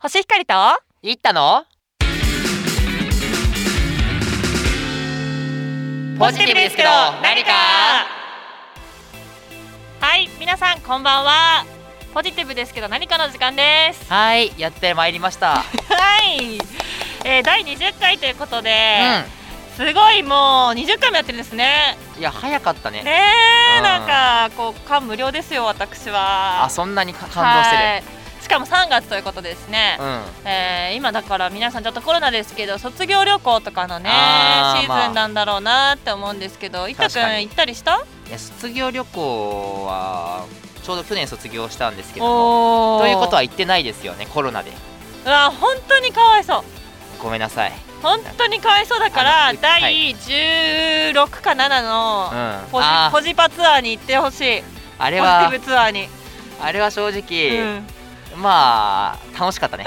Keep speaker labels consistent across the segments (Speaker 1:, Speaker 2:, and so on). Speaker 1: 星光と
Speaker 2: 行ったのポジティブですけど何か
Speaker 1: はい皆さんこんばんはポジティブですけど何かの時間です
Speaker 2: はいやってまいりました、
Speaker 1: はい、えー、第20回ということで、
Speaker 2: う
Speaker 1: すごいもう20回もやってるんですね
Speaker 2: んいや早かったね
Speaker 1: ねえ
Speaker 2: うん
Speaker 1: なんかこう感無量ですよ私は
Speaker 2: あそんなにか感動してる、
Speaker 1: はいしかも3月ということですね、えー今だから皆さんちょっとコロナですけど卒業旅行とかのね
Speaker 2: あー
Speaker 1: シーズンなんだろうなって思うんですけど伊藤
Speaker 2: 確か
Speaker 1: 君
Speaker 2: に
Speaker 1: 行ったりした
Speaker 2: うんいや卒業旅行はちょうど去年卒業したんですけども
Speaker 1: おー
Speaker 2: ということは行ってないですよねコロナで
Speaker 1: うわ本当にかわいそう
Speaker 2: ごめんなさい
Speaker 1: 本当にかわいそうだか
Speaker 2: あ
Speaker 1: ら
Speaker 2: のは
Speaker 1: 第16か7
Speaker 2: うん
Speaker 1: のポジ,、
Speaker 2: あ
Speaker 1: ポジパツアーに行ってほしい
Speaker 2: あ
Speaker 1: ポジ
Speaker 2: れ
Speaker 1: テ
Speaker 2: は
Speaker 1: ィブツアーに、
Speaker 2: あれは正直、
Speaker 1: うん
Speaker 2: まあ楽しかったね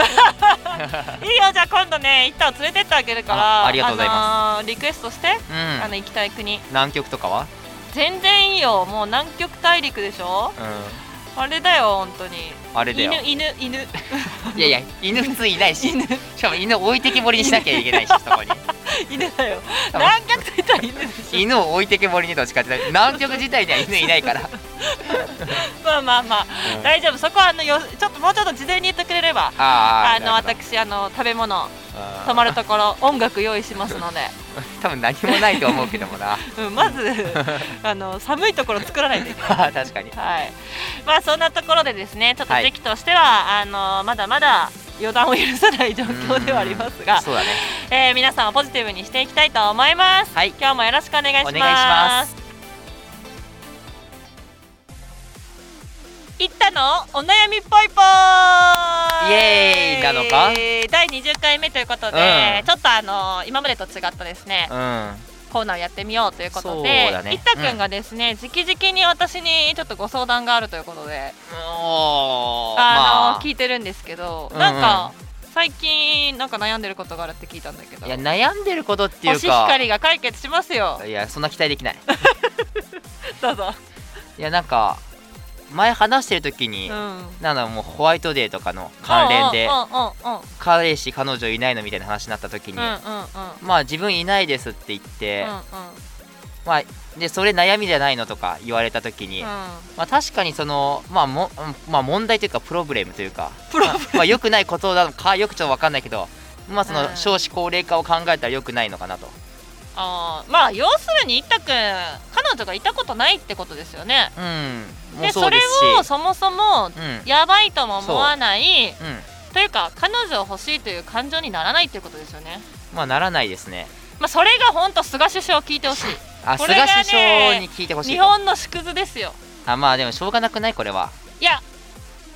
Speaker 1: いいよじゃあ今度ね行ったを連れてってあげるから
Speaker 2: あありがとうござい
Speaker 1: ます、あのーリクエストして、
Speaker 2: う
Speaker 1: あ
Speaker 2: ん
Speaker 1: の行きたい国
Speaker 2: 南極とかは
Speaker 1: 全然いいよもう南極大陸でしょ
Speaker 2: うん
Speaker 1: あれだよ本当に
Speaker 2: あれだよ
Speaker 1: 犬犬 犬
Speaker 2: いやいや犬普通いないししかも犬置いてけぼりにしなきゃいけないしそ こに
Speaker 1: 犬だよ
Speaker 2: 多分
Speaker 1: 南極と言ったら犬でしょ
Speaker 2: 犬を置いてけぼりにどっちかって南極自体には犬いないから、
Speaker 1: まあまあまあ大丈夫そこはあのよちょっともうちょっと事前に言ってくれれば
Speaker 2: あ
Speaker 1: あの私あの食べ物泊まるところ音楽用意します ので、
Speaker 2: 多分何もないと思うけどもな
Speaker 1: うん、まずあの寒いところ作らないといけない。
Speaker 2: 確かに
Speaker 1: はい、まあそんなところでですねちょっと
Speaker 2: はい
Speaker 1: 時期としては、あのまだまだ予断を許さない状況ではありますが、
Speaker 2: そうだね
Speaker 1: えー皆さんをポジティブにしていきたいと思います、
Speaker 2: はい
Speaker 1: 今日もよろしくお願いします
Speaker 2: お願いします
Speaker 1: いったのお悩みぽいぽー
Speaker 2: イエーイなのか
Speaker 1: 第20回目ということで、
Speaker 2: うん
Speaker 1: ちょっとあの今までと違ったですね
Speaker 2: う
Speaker 1: コーナーをやってみようということ
Speaker 2: そ
Speaker 1: で
Speaker 2: うだね
Speaker 1: いったくんがですね、直々に私にちょっとご相談があるということで
Speaker 2: んおー
Speaker 1: あの
Speaker 2: ま
Speaker 1: 聞いてるんですけど、
Speaker 2: うんうん
Speaker 1: なんか最近なんか悩んでることがあるって聞いたんだけど
Speaker 2: あいや悩んでることっていう
Speaker 1: 星
Speaker 2: か
Speaker 1: 光が解決しますよ
Speaker 2: いやそんな期待できない
Speaker 1: どうぞ、
Speaker 2: いやなんか前話してる時に、
Speaker 1: うん、
Speaker 2: なんだろうもうホワイトデーとかの関連で
Speaker 1: うんうんうんうん
Speaker 2: 彼氏彼女いないのみたいな話になった時に、
Speaker 1: うんうんうん
Speaker 2: まあ自分いないですって言って、
Speaker 1: う
Speaker 2: まあでそれ悩みじゃないのとか言われた時に、
Speaker 1: んうん
Speaker 2: まあ、確かにその、まあもうんまあ、問題というかプロブレムというかプロブレム、まあ、よくないことなのかよくちょっと分かんないけど、まあ、そ
Speaker 1: うん
Speaker 2: の少子高齢化を考えたらよくないのかなと、
Speaker 1: あーまあ要するにいったくん彼女がいたことないってことですよね
Speaker 2: うん、も
Speaker 1: で
Speaker 2: う
Speaker 1: そ
Speaker 2: そうですし
Speaker 1: れをそもそも
Speaker 2: うん
Speaker 1: やばいとも思わない
Speaker 2: うん
Speaker 1: というか彼女を欲しいという感情にならないっていうことですよね
Speaker 2: まあ、ならないですね。
Speaker 1: まあそれが本当菅首相聞いてほ しい
Speaker 2: あ
Speaker 1: こ
Speaker 2: 菅
Speaker 1: れがね
Speaker 2: 首相に聞いてほしい
Speaker 1: 日
Speaker 2: と
Speaker 1: 本の縮図ですよ
Speaker 2: あまあでもしょうがなくないこれはい
Speaker 1: や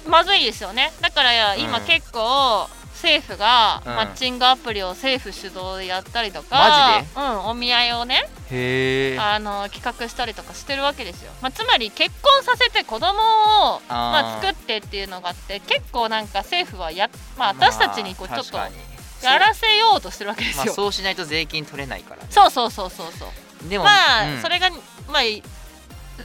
Speaker 1: まずいですよねだから今
Speaker 2: うん
Speaker 1: 結構政府が
Speaker 2: うん
Speaker 1: マッチングアプリを政府主導でやったりとか、
Speaker 2: マジで
Speaker 1: うん、お見合いをね
Speaker 2: へえ
Speaker 1: あの企画したりとかしてるわけですよ、まあ、つまり結婚させて子供をまあ、作ってっていうのがあって結構なんか政府はや、まあ、私たちにこうちょっと
Speaker 2: まあ確かに
Speaker 1: やらせようとしてるわけで
Speaker 2: まあ
Speaker 1: すよ、
Speaker 2: そうしないと税金取れないからね
Speaker 1: そうそうそうそうそう
Speaker 2: でも
Speaker 1: まあ、
Speaker 2: うん
Speaker 1: それがまあい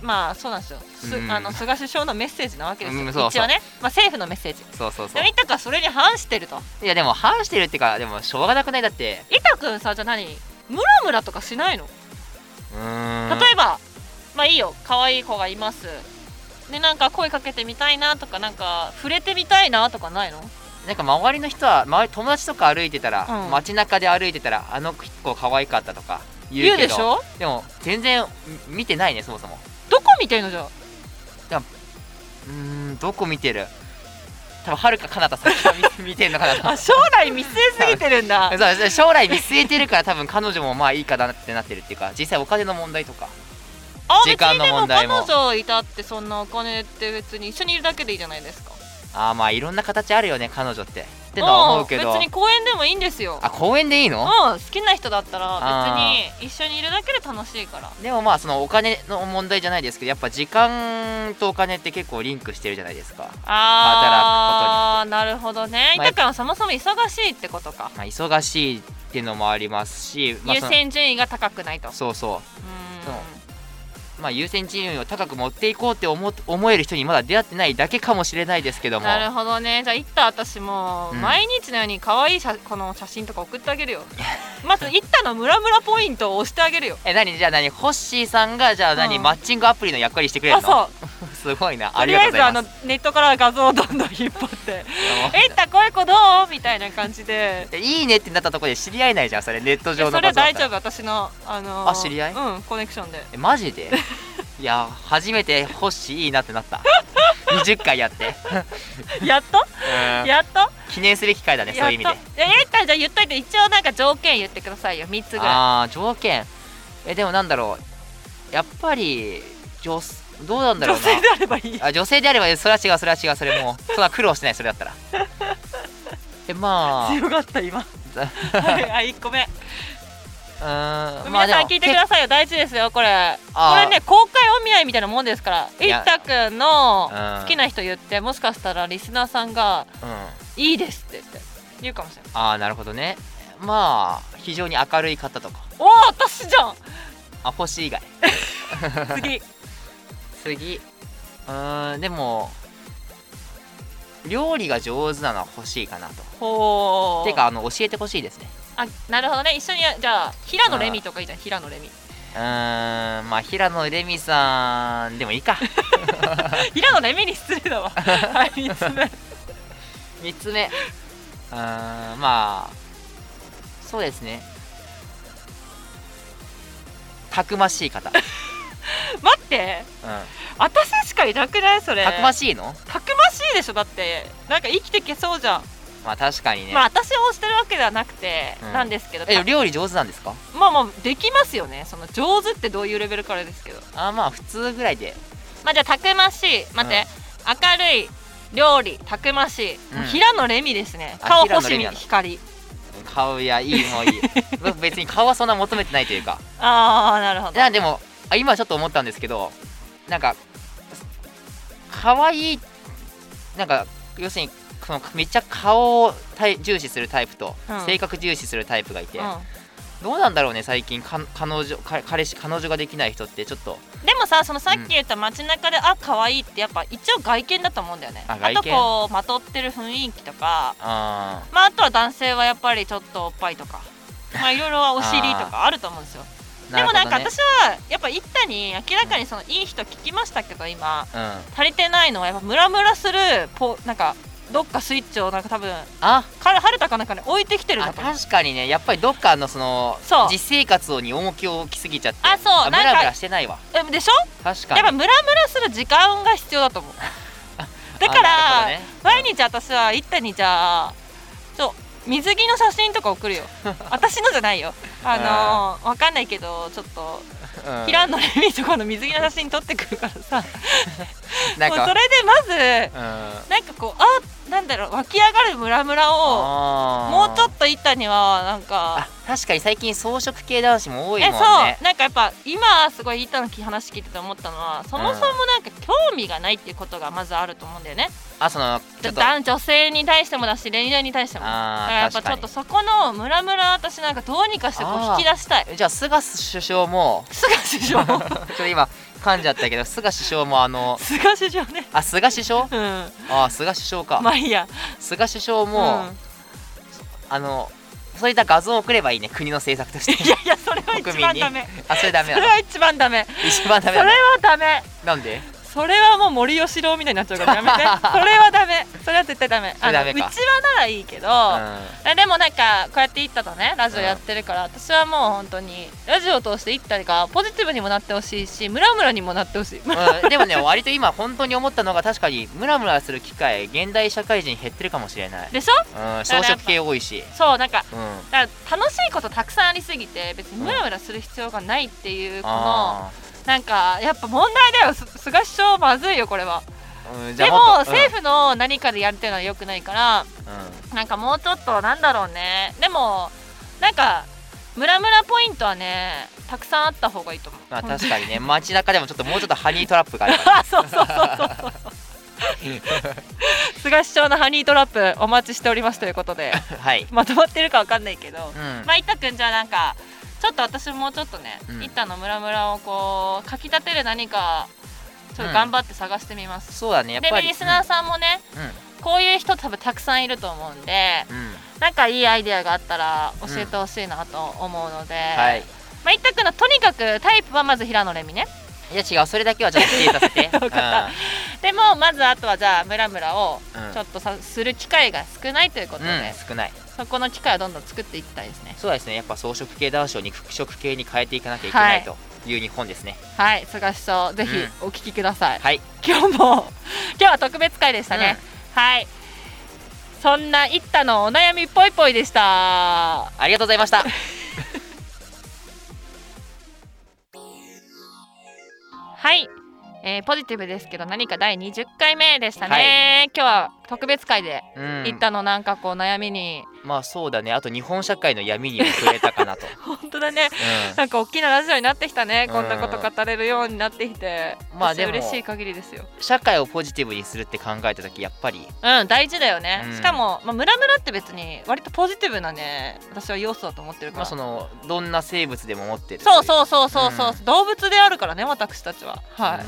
Speaker 1: まあそうなんですよ、す
Speaker 2: うん
Speaker 1: あの菅首相のメッセージなわけですよ、
Speaker 2: うんそうそう
Speaker 1: 一応ね、まあ、政府のメッセージ
Speaker 2: そうそうそ
Speaker 1: で
Speaker 2: う
Speaker 1: も板君はそれに反してると
Speaker 2: いやでも反してるってかでもしょうがなくないだって
Speaker 1: 板君さじゃあ何ムラムラとかしないの
Speaker 2: うーん
Speaker 1: 例えば、まあいいよ可愛い子がいますでなんか声かけてみたいなとかなんか触れてみたいなとかないの
Speaker 2: なんか周りの人は周り友達とか歩いてたら、
Speaker 1: うん
Speaker 2: 街中で歩いてたらあの子可愛かったとか言
Speaker 1: 言
Speaker 2: う
Speaker 1: う
Speaker 2: け
Speaker 1: で
Speaker 2: ど
Speaker 1: しょ
Speaker 2: でも全然み見てないねそもそも
Speaker 1: どこ見てんのじゃあ
Speaker 2: うーんどこ見てる多分はるか彼方先を見 見てんのかなと
Speaker 1: あ将来見据えすぎてるんだ
Speaker 2: そうそう将来見据えてるから多分彼女もまあいいかなってなってるっていうか実際お金の問題とか
Speaker 1: あ
Speaker 2: 時間の問題も
Speaker 1: 別にでも彼女いたってそんなお金って別に一緒にいるだけでいいじゃないですか
Speaker 2: あーまあいろんな形あるよね彼女ってってのは
Speaker 1: も
Speaker 2: 思うけど
Speaker 1: 別に公園でもいいんですよ
Speaker 2: あ公園でいいの
Speaker 1: うん好きな人だったら
Speaker 2: あ
Speaker 1: 別に一緒にいるだけで楽しいから
Speaker 2: でもまあそのお金の問題じゃないですけどやっぱ時間とお金って結構リンクしてるじゃないですか
Speaker 1: あーなるほどね
Speaker 2: まあ
Speaker 1: だからそもそも忙しいってことか、
Speaker 2: まあ、忙しいっていうのもありますし、まあ、
Speaker 1: 優
Speaker 2: その
Speaker 1: 先順位が高くないと
Speaker 2: そうそ
Speaker 1: うん
Speaker 2: そうまあ、優先順位を高く持っていこうって思思える人にまだ出会ってないだけかもしれないですけども
Speaker 1: なるほどねじゃあ行った私もう
Speaker 2: うん
Speaker 1: 毎日のように可愛い写この写真とか送ってあげるよまず行ったのムラムラポイントを押してあげるよ
Speaker 2: え何じゃあ何ホッシーさんがじゃあ何、
Speaker 1: うん
Speaker 2: マッチングアプリの役割してくれる
Speaker 1: あ
Speaker 2: の
Speaker 1: そう
Speaker 2: すごいなあ
Speaker 1: と
Speaker 2: り
Speaker 1: り
Speaker 2: が
Speaker 1: あえ
Speaker 2: とうご
Speaker 1: ず
Speaker 2: ざ
Speaker 1: あ
Speaker 2: いま
Speaker 1: の
Speaker 2: す
Speaker 1: ネットから画像をどんどん引っ張って 「えったこういう子どう?」みたいな感じで
Speaker 2: でいいねってなったところで知り合えないじゃんそれネット
Speaker 1: いや
Speaker 2: 上の
Speaker 1: それ
Speaker 2: 画像だ
Speaker 1: 大
Speaker 2: ったら
Speaker 1: 丈夫私のあのー
Speaker 2: あ知り合い
Speaker 1: うんコネクションで
Speaker 2: えマジでいや初めてホッシーいいなってなった 20回やって
Speaker 1: やっ と
Speaker 2: うん
Speaker 1: やっと
Speaker 2: 記念すべき回だねそういう意味で
Speaker 1: やっとええったじゃあ言っといて一応なんか条件言ってくださいよ3つぐらい
Speaker 2: ああー条件えでもなんだろうやっぱり女すどうなんだろ
Speaker 1: 女性
Speaker 2: うな
Speaker 1: であればいい
Speaker 2: あ女性であればそれは違うそれは違うそ れもうそんな苦労してないそれだったらえま
Speaker 1: 強かった 今はいあ1個目
Speaker 2: あうーんま
Speaker 1: 皆
Speaker 2: あで
Speaker 1: さん
Speaker 2: も
Speaker 1: 聞いてくださいよ大事ですよこれ
Speaker 2: あー
Speaker 1: これね公開お見合いみたいなもんですから
Speaker 2: い
Speaker 1: い
Speaker 2: や
Speaker 1: ったくんの
Speaker 2: うん
Speaker 1: 好きな人言ってもしかしたらリスナーさんが
Speaker 2: うんあ
Speaker 1: 「いいです」って言って言うかもしれない
Speaker 2: あなるほどねまあ非常に明るい方とか
Speaker 1: おお私じゃん
Speaker 2: あホッシー以外
Speaker 1: 次
Speaker 2: 次うーんでも料理が上手なのは欲しいかなと
Speaker 1: ほう
Speaker 2: てかあの教えてほしいですね
Speaker 1: あなるほどね一緒にやじゃあ平野レミとかいいじゃん平野レミ
Speaker 2: うーんまあ平野レミさんでもいい か
Speaker 1: 平野レミに失礼だわ はい3つ目
Speaker 2: 3つ目うーんまあそうですねたくましい 方、うん、
Speaker 1: 待って私しかいなくないそれ
Speaker 2: たくましいの
Speaker 1: たくましいでしょだってなんか生きてけそうじゃん、
Speaker 2: まあ確かにね、
Speaker 1: まあ私を推してるわけではなくて、
Speaker 2: うん
Speaker 1: なんですけど
Speaker 2: え料理上手なんですか
Speaker 1: まあまあできますよねその上手ってどういうレベルからですけど
Speaker 2: あまあ普通ぐらいで
Speaker 1: まあじゃあたくましい待って、明るい料理たくましい、
Speaker 2: うん
Speaker 1: 平野レミですね
Speaker 2: あ
Speaker 1: 顔
Speaker 2: 平野
Speaker 1: 星
Speaker 2: レ
Speaker 1: に
Speaker 2: ミなの
Speaker 1: 光
Speaker 2: 顔やいいもういい 別に顔はそんな求めてないというか
Speaker 1: ああなるほ
Speaker 2: い
Speaker 1: ど
Speaker 2: やでもあ今ちょっと思ったんですけどなんか可愛いなんか要するにこのめっちゃ顔をタイ重視するタイプと、
Speaker 1: うん
Speaker 2: 性格重視するタイプがいて、
Speaker 1: う
Speaker 2: どうなんだろうね最近か彼女か彼氏彼女ができない人ってちょっと
Speaker 1: ん、でもさそのさっき言った街中で、あ可愛いってやっぱ一応外見だと思うんだよね
Speaker 2: あ
Speaker 1: あ
Speaker 2: 外
Speaker 1: と
Speaker 2: 見
Speaker 1: こうまとってる雰囲気とか
Speaker 2: あ
Speaker 1: まああとは男性はやっぱりちょっとおっぱいと かまあいろいろはお尻とかあると思うんですよ
Speaker 2: ー
Speaker 1: でもなんか
Speaker 2: るほどね
Speaker 1: 私はやっぱ行ったに明らかにそのいい人聞きましたけど今
Speaker 2: うん、
Speaker 1: 足りてないのはやっぱムラムラするポなんかどっかスイッチをなんか多分
Speaker 2: あ
Speaker 1: か春田かなんかに置いてきてるん
Speaker 2: あ
Speaker 1: だと思う
Speaker 2: 確かにねやっぱりどっかのその
Speaker 1: そう
Speaker 2: 実生活をに重きを置きすぎちゃって
Speaker 1: あそう
Speaker 2: あム
Speaker 1: なんか
Speaker 2: ラムラしてないわ
Speaker 1: えでしょ
Speaker 2: 確か
Speaker 1: やっ
Speaker 2: に
Speaker 1: ぱムラムラする時間が必要だと 思うだか
Speaker 2: あ
Speaker 1: ら、
Speaker 2: なるほどね
Speaker 1: 毎日私は一太にじゃあちょ水着の写真とか送る よ私のじゃないよあのーわかんないけどちょっと
Speaker 2: うん
Speaker 1: 平野レミとかの水着の写真撮ってくるからさ
Speaker 2: なん
Speaker 1: もうそ
Speaker 2: か
Speaker 1: れでまず
Speaker 2: うん
Speaker 1: なんかこうあなんだろう湧き上がるムラムラをも
Speaker 2: も
Speaker 1: うちょっと板にはなんか
Speaker 2: あ確かに最近草食系男子も多いも
Speaker 1: え
Speaker 2: ん
Speaker 1: そ
Speaker 2: ね
Speaker 1: うなんかやっぱ今すごい板の話聞いてて思ったのはそもそもなんか興味がないっていうことがまずあると思うんだよね、
Speaker 2: あそのちょっと
Speaker 1: 男女性に対してもだし恋愛に対してもだか
Speaker 2: あ
Speaker 1: ら
Speaker 2: ー
Speaker 1: やっぱちょ
Speaker 2: 確か
Speaker 1: っ
Speaker 2: に
Speaker 1: とそこのムラムラ私なんかどうにかしてこう
Speaker 2: あー
Speaker 1: 引き出した い
Speaker 2: じゃあ菅首 相も
Speaker 1: 菅首
Speaker 2: ちょっ
Speaker 1: 相
Speaker 2: と今噛んじゃったけど菅首相もあの
Speaker 1: 菅首相ね
Speaker 2: あ菅首相
Speaker 1: う
Speaker 2: あ菅首相か、
Speaker 1: んまあいいや
Speaker 2: 菅首相も、
Speaker 1: うん
Speaker 2: あのそういった画像を送ればいいね国の政策とし
Speaker 1: い
Speaker 2: て
Speaker 1: やいやそれは一
Speaker 2: 国民
Speaker 1: 番
Speaker 2: に
Speaker 1: ダメ
Speaker 2: あそれダ
Speaker 1: そ
Speaker 2: メ
Speaker 1: れ
Speaker 2: なの
Speaker 1: は一番ダメ
Speaker 2: 一番
Speaker 1: そ
Speaker 2: ダ
Speaker 1: れ
Speaker 2: メなの
Speaker 1: はダメ
Speaker 2: なんで
Speaker 1: それはもう森喜朗みたいになっちゃうからや めてそれはダメそれは絶対ダメ
Speaker 2: それダメ
Speaker 1: うち
Speaker 2: か
Speaker 1: はならいいけど、
Speaker 2: う
Speaker 1: えでもなんかこうやって「イッタ」とねラジオやってるから、私はもう本当にラジオを通して「イッタ」がポジティブにもなってほしいしムラムラにもなってほしい
Speaker 2: ん、うん、でもね割と今本当に思ったのが確かにムラムラする機会現代社会人減ってるかもしれない、
Speaker 1: でしょ
Speaker 2: うん、草食系多いし
Speaker 1: そうなんか
Speaker 2: うん
Speaker 1: だから楽しいことたくさんありすぎて別にムラムラする必要がないっていうこの、
Speaker 2: あ
Speaker 1: なんかやっぱ問題だよす菅首相まずいよこれは
Speaker 2: ーうんじゃ
Speaker 1: で
Speaker 2: あ
Speaker 1: も
Speaker 2: もっとうん
Speaker 1: 政府の何かでやるっていうのは良くないから
Speaker 2: うん
Speaker 1: なんかもうちょっとなんだろうねでもなんかムラムラポイントはねたくさんあった方がいいと思う、
Speaker 2: まあ
Speaker 1: 本当に
Speaker 2: 確 かにね街中でもちょっともうちょっとハニートラップがあるか
Speaker 1: あ そうそうそうそう。菅首相のハニートラップお 待ちしておりますということで、
Speaker 2: らはい
Speaker 1: まとまってるかわかんないけど、
Speaker 2: うん
Speaker 1: まあいったくんじゃあなんかちちょっと私もちょっとね、
Speaker 2: うん
Speaker 1: 一旦のムラムラをこうかき立てる何かちょっと頑張って探してみます、
Speaker 2: そうだねやっ
Speaker 1: で
Speaker 2: ぱり
Speaker 1: リスナーさんもね、
Speaker 2: う
Speaker 1: こういう人多分たくさんいると思うんで
Speaker 2: ん、うんうん
Speaker 1: なんかいいアイデアがあったら教えてほしいなと思うので、
Speaker 2: はい
Speaker 1: まあ一択のとにかくタイプはまず平野レミね
Speaker 2: いや違うそれだけはちょっと聞いさせ て
Speaker 1: わかでもまずあとはじゃあムラムラを
Speaker 2: うんうん
Speaker 1: ちょっとさする機会が少ないということで、
Speaker 2: うん、少ない
Speaker 1: そこの機会をどんどん作っていきたいですね
Speaker 2: そうですねやっぱ草食系男子を肉食系に変えていかなきゃいけないという日本ですね
Speaker 1: はい菅首相ぜひお聞きください、
Speaker 2: はい、
Speaker 1: 今日も今日は特別会でしたね、はいそんな「いったのお悩みぽいぽい」でした
Speaker 2: ありがとうございました
Speaker 1: はい、えーポジティブですけど何か第20回目でしたね、今日は特別会で「
Speaker 2: うん
Speaker 1: いったのなんかこう悩みに
Speaker 2: まあそうだねあと日本社会の闇にも触れたか なと、
Speaker 1: 本当だね
Speaker 2: う
Speaker 1: なんか大きなラジオになってきたね
Speaker 2: うん
Speaker 1: こんなこと語れるようになってきて
Speaker 2: まあ
Speaker 1: 私
Speaker 2: でも
Speaker 1: 嬉しい限りですよ
Speaker 2: ん、社会をポジティブにするって考えた時やっぱり
Speaker 1: うん大事だよね、
Speaker 2: うん
Speaker 1: しかも、まあ、ムラムラって別に割とポジティブなね私は要素だと思ってるか
Speaker 2: まあ
Speaker 1: ら、
Speaker 2: そのどんな生物でも持ってる
Speaker 1: そうそうそうそうそう、
Speaker 2: う
Speaker 1: 動物であるからね私たちははい、
Speaker 2: い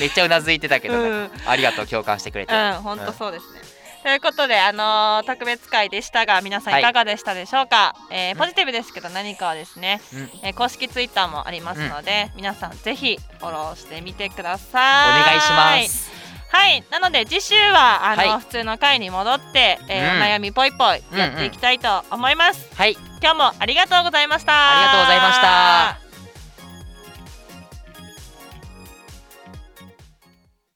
Speaker 2: めっちゃうなずいてたけど、
Speaker 1: うん
Speaker 2: なんかありがとう共感してくれて、
Speaker 1: うん、本当そうですね。ということで、あのー特別会でしたが、皆さんいかがでしたでしょうか。えーポジティブですけど、何かはですね、
Speaker 2: うんお
Speaker 1: えー公式ツイッターもありますので、皆さんぜひフォローしてみてください。
Speaker 2: 願いします
Speaker 1: はい、なので次週はあの、
Speaker 2: はい
Speaker 1: 普通の会に戻って、えー
Speaker 2: うん
Speaker 1: お悩みぽいぽいやっていきたいと思います。
Speaker 2: はい
Speaker 1: 今日もありがとうございました。
Speaker 2: ありがとうございました。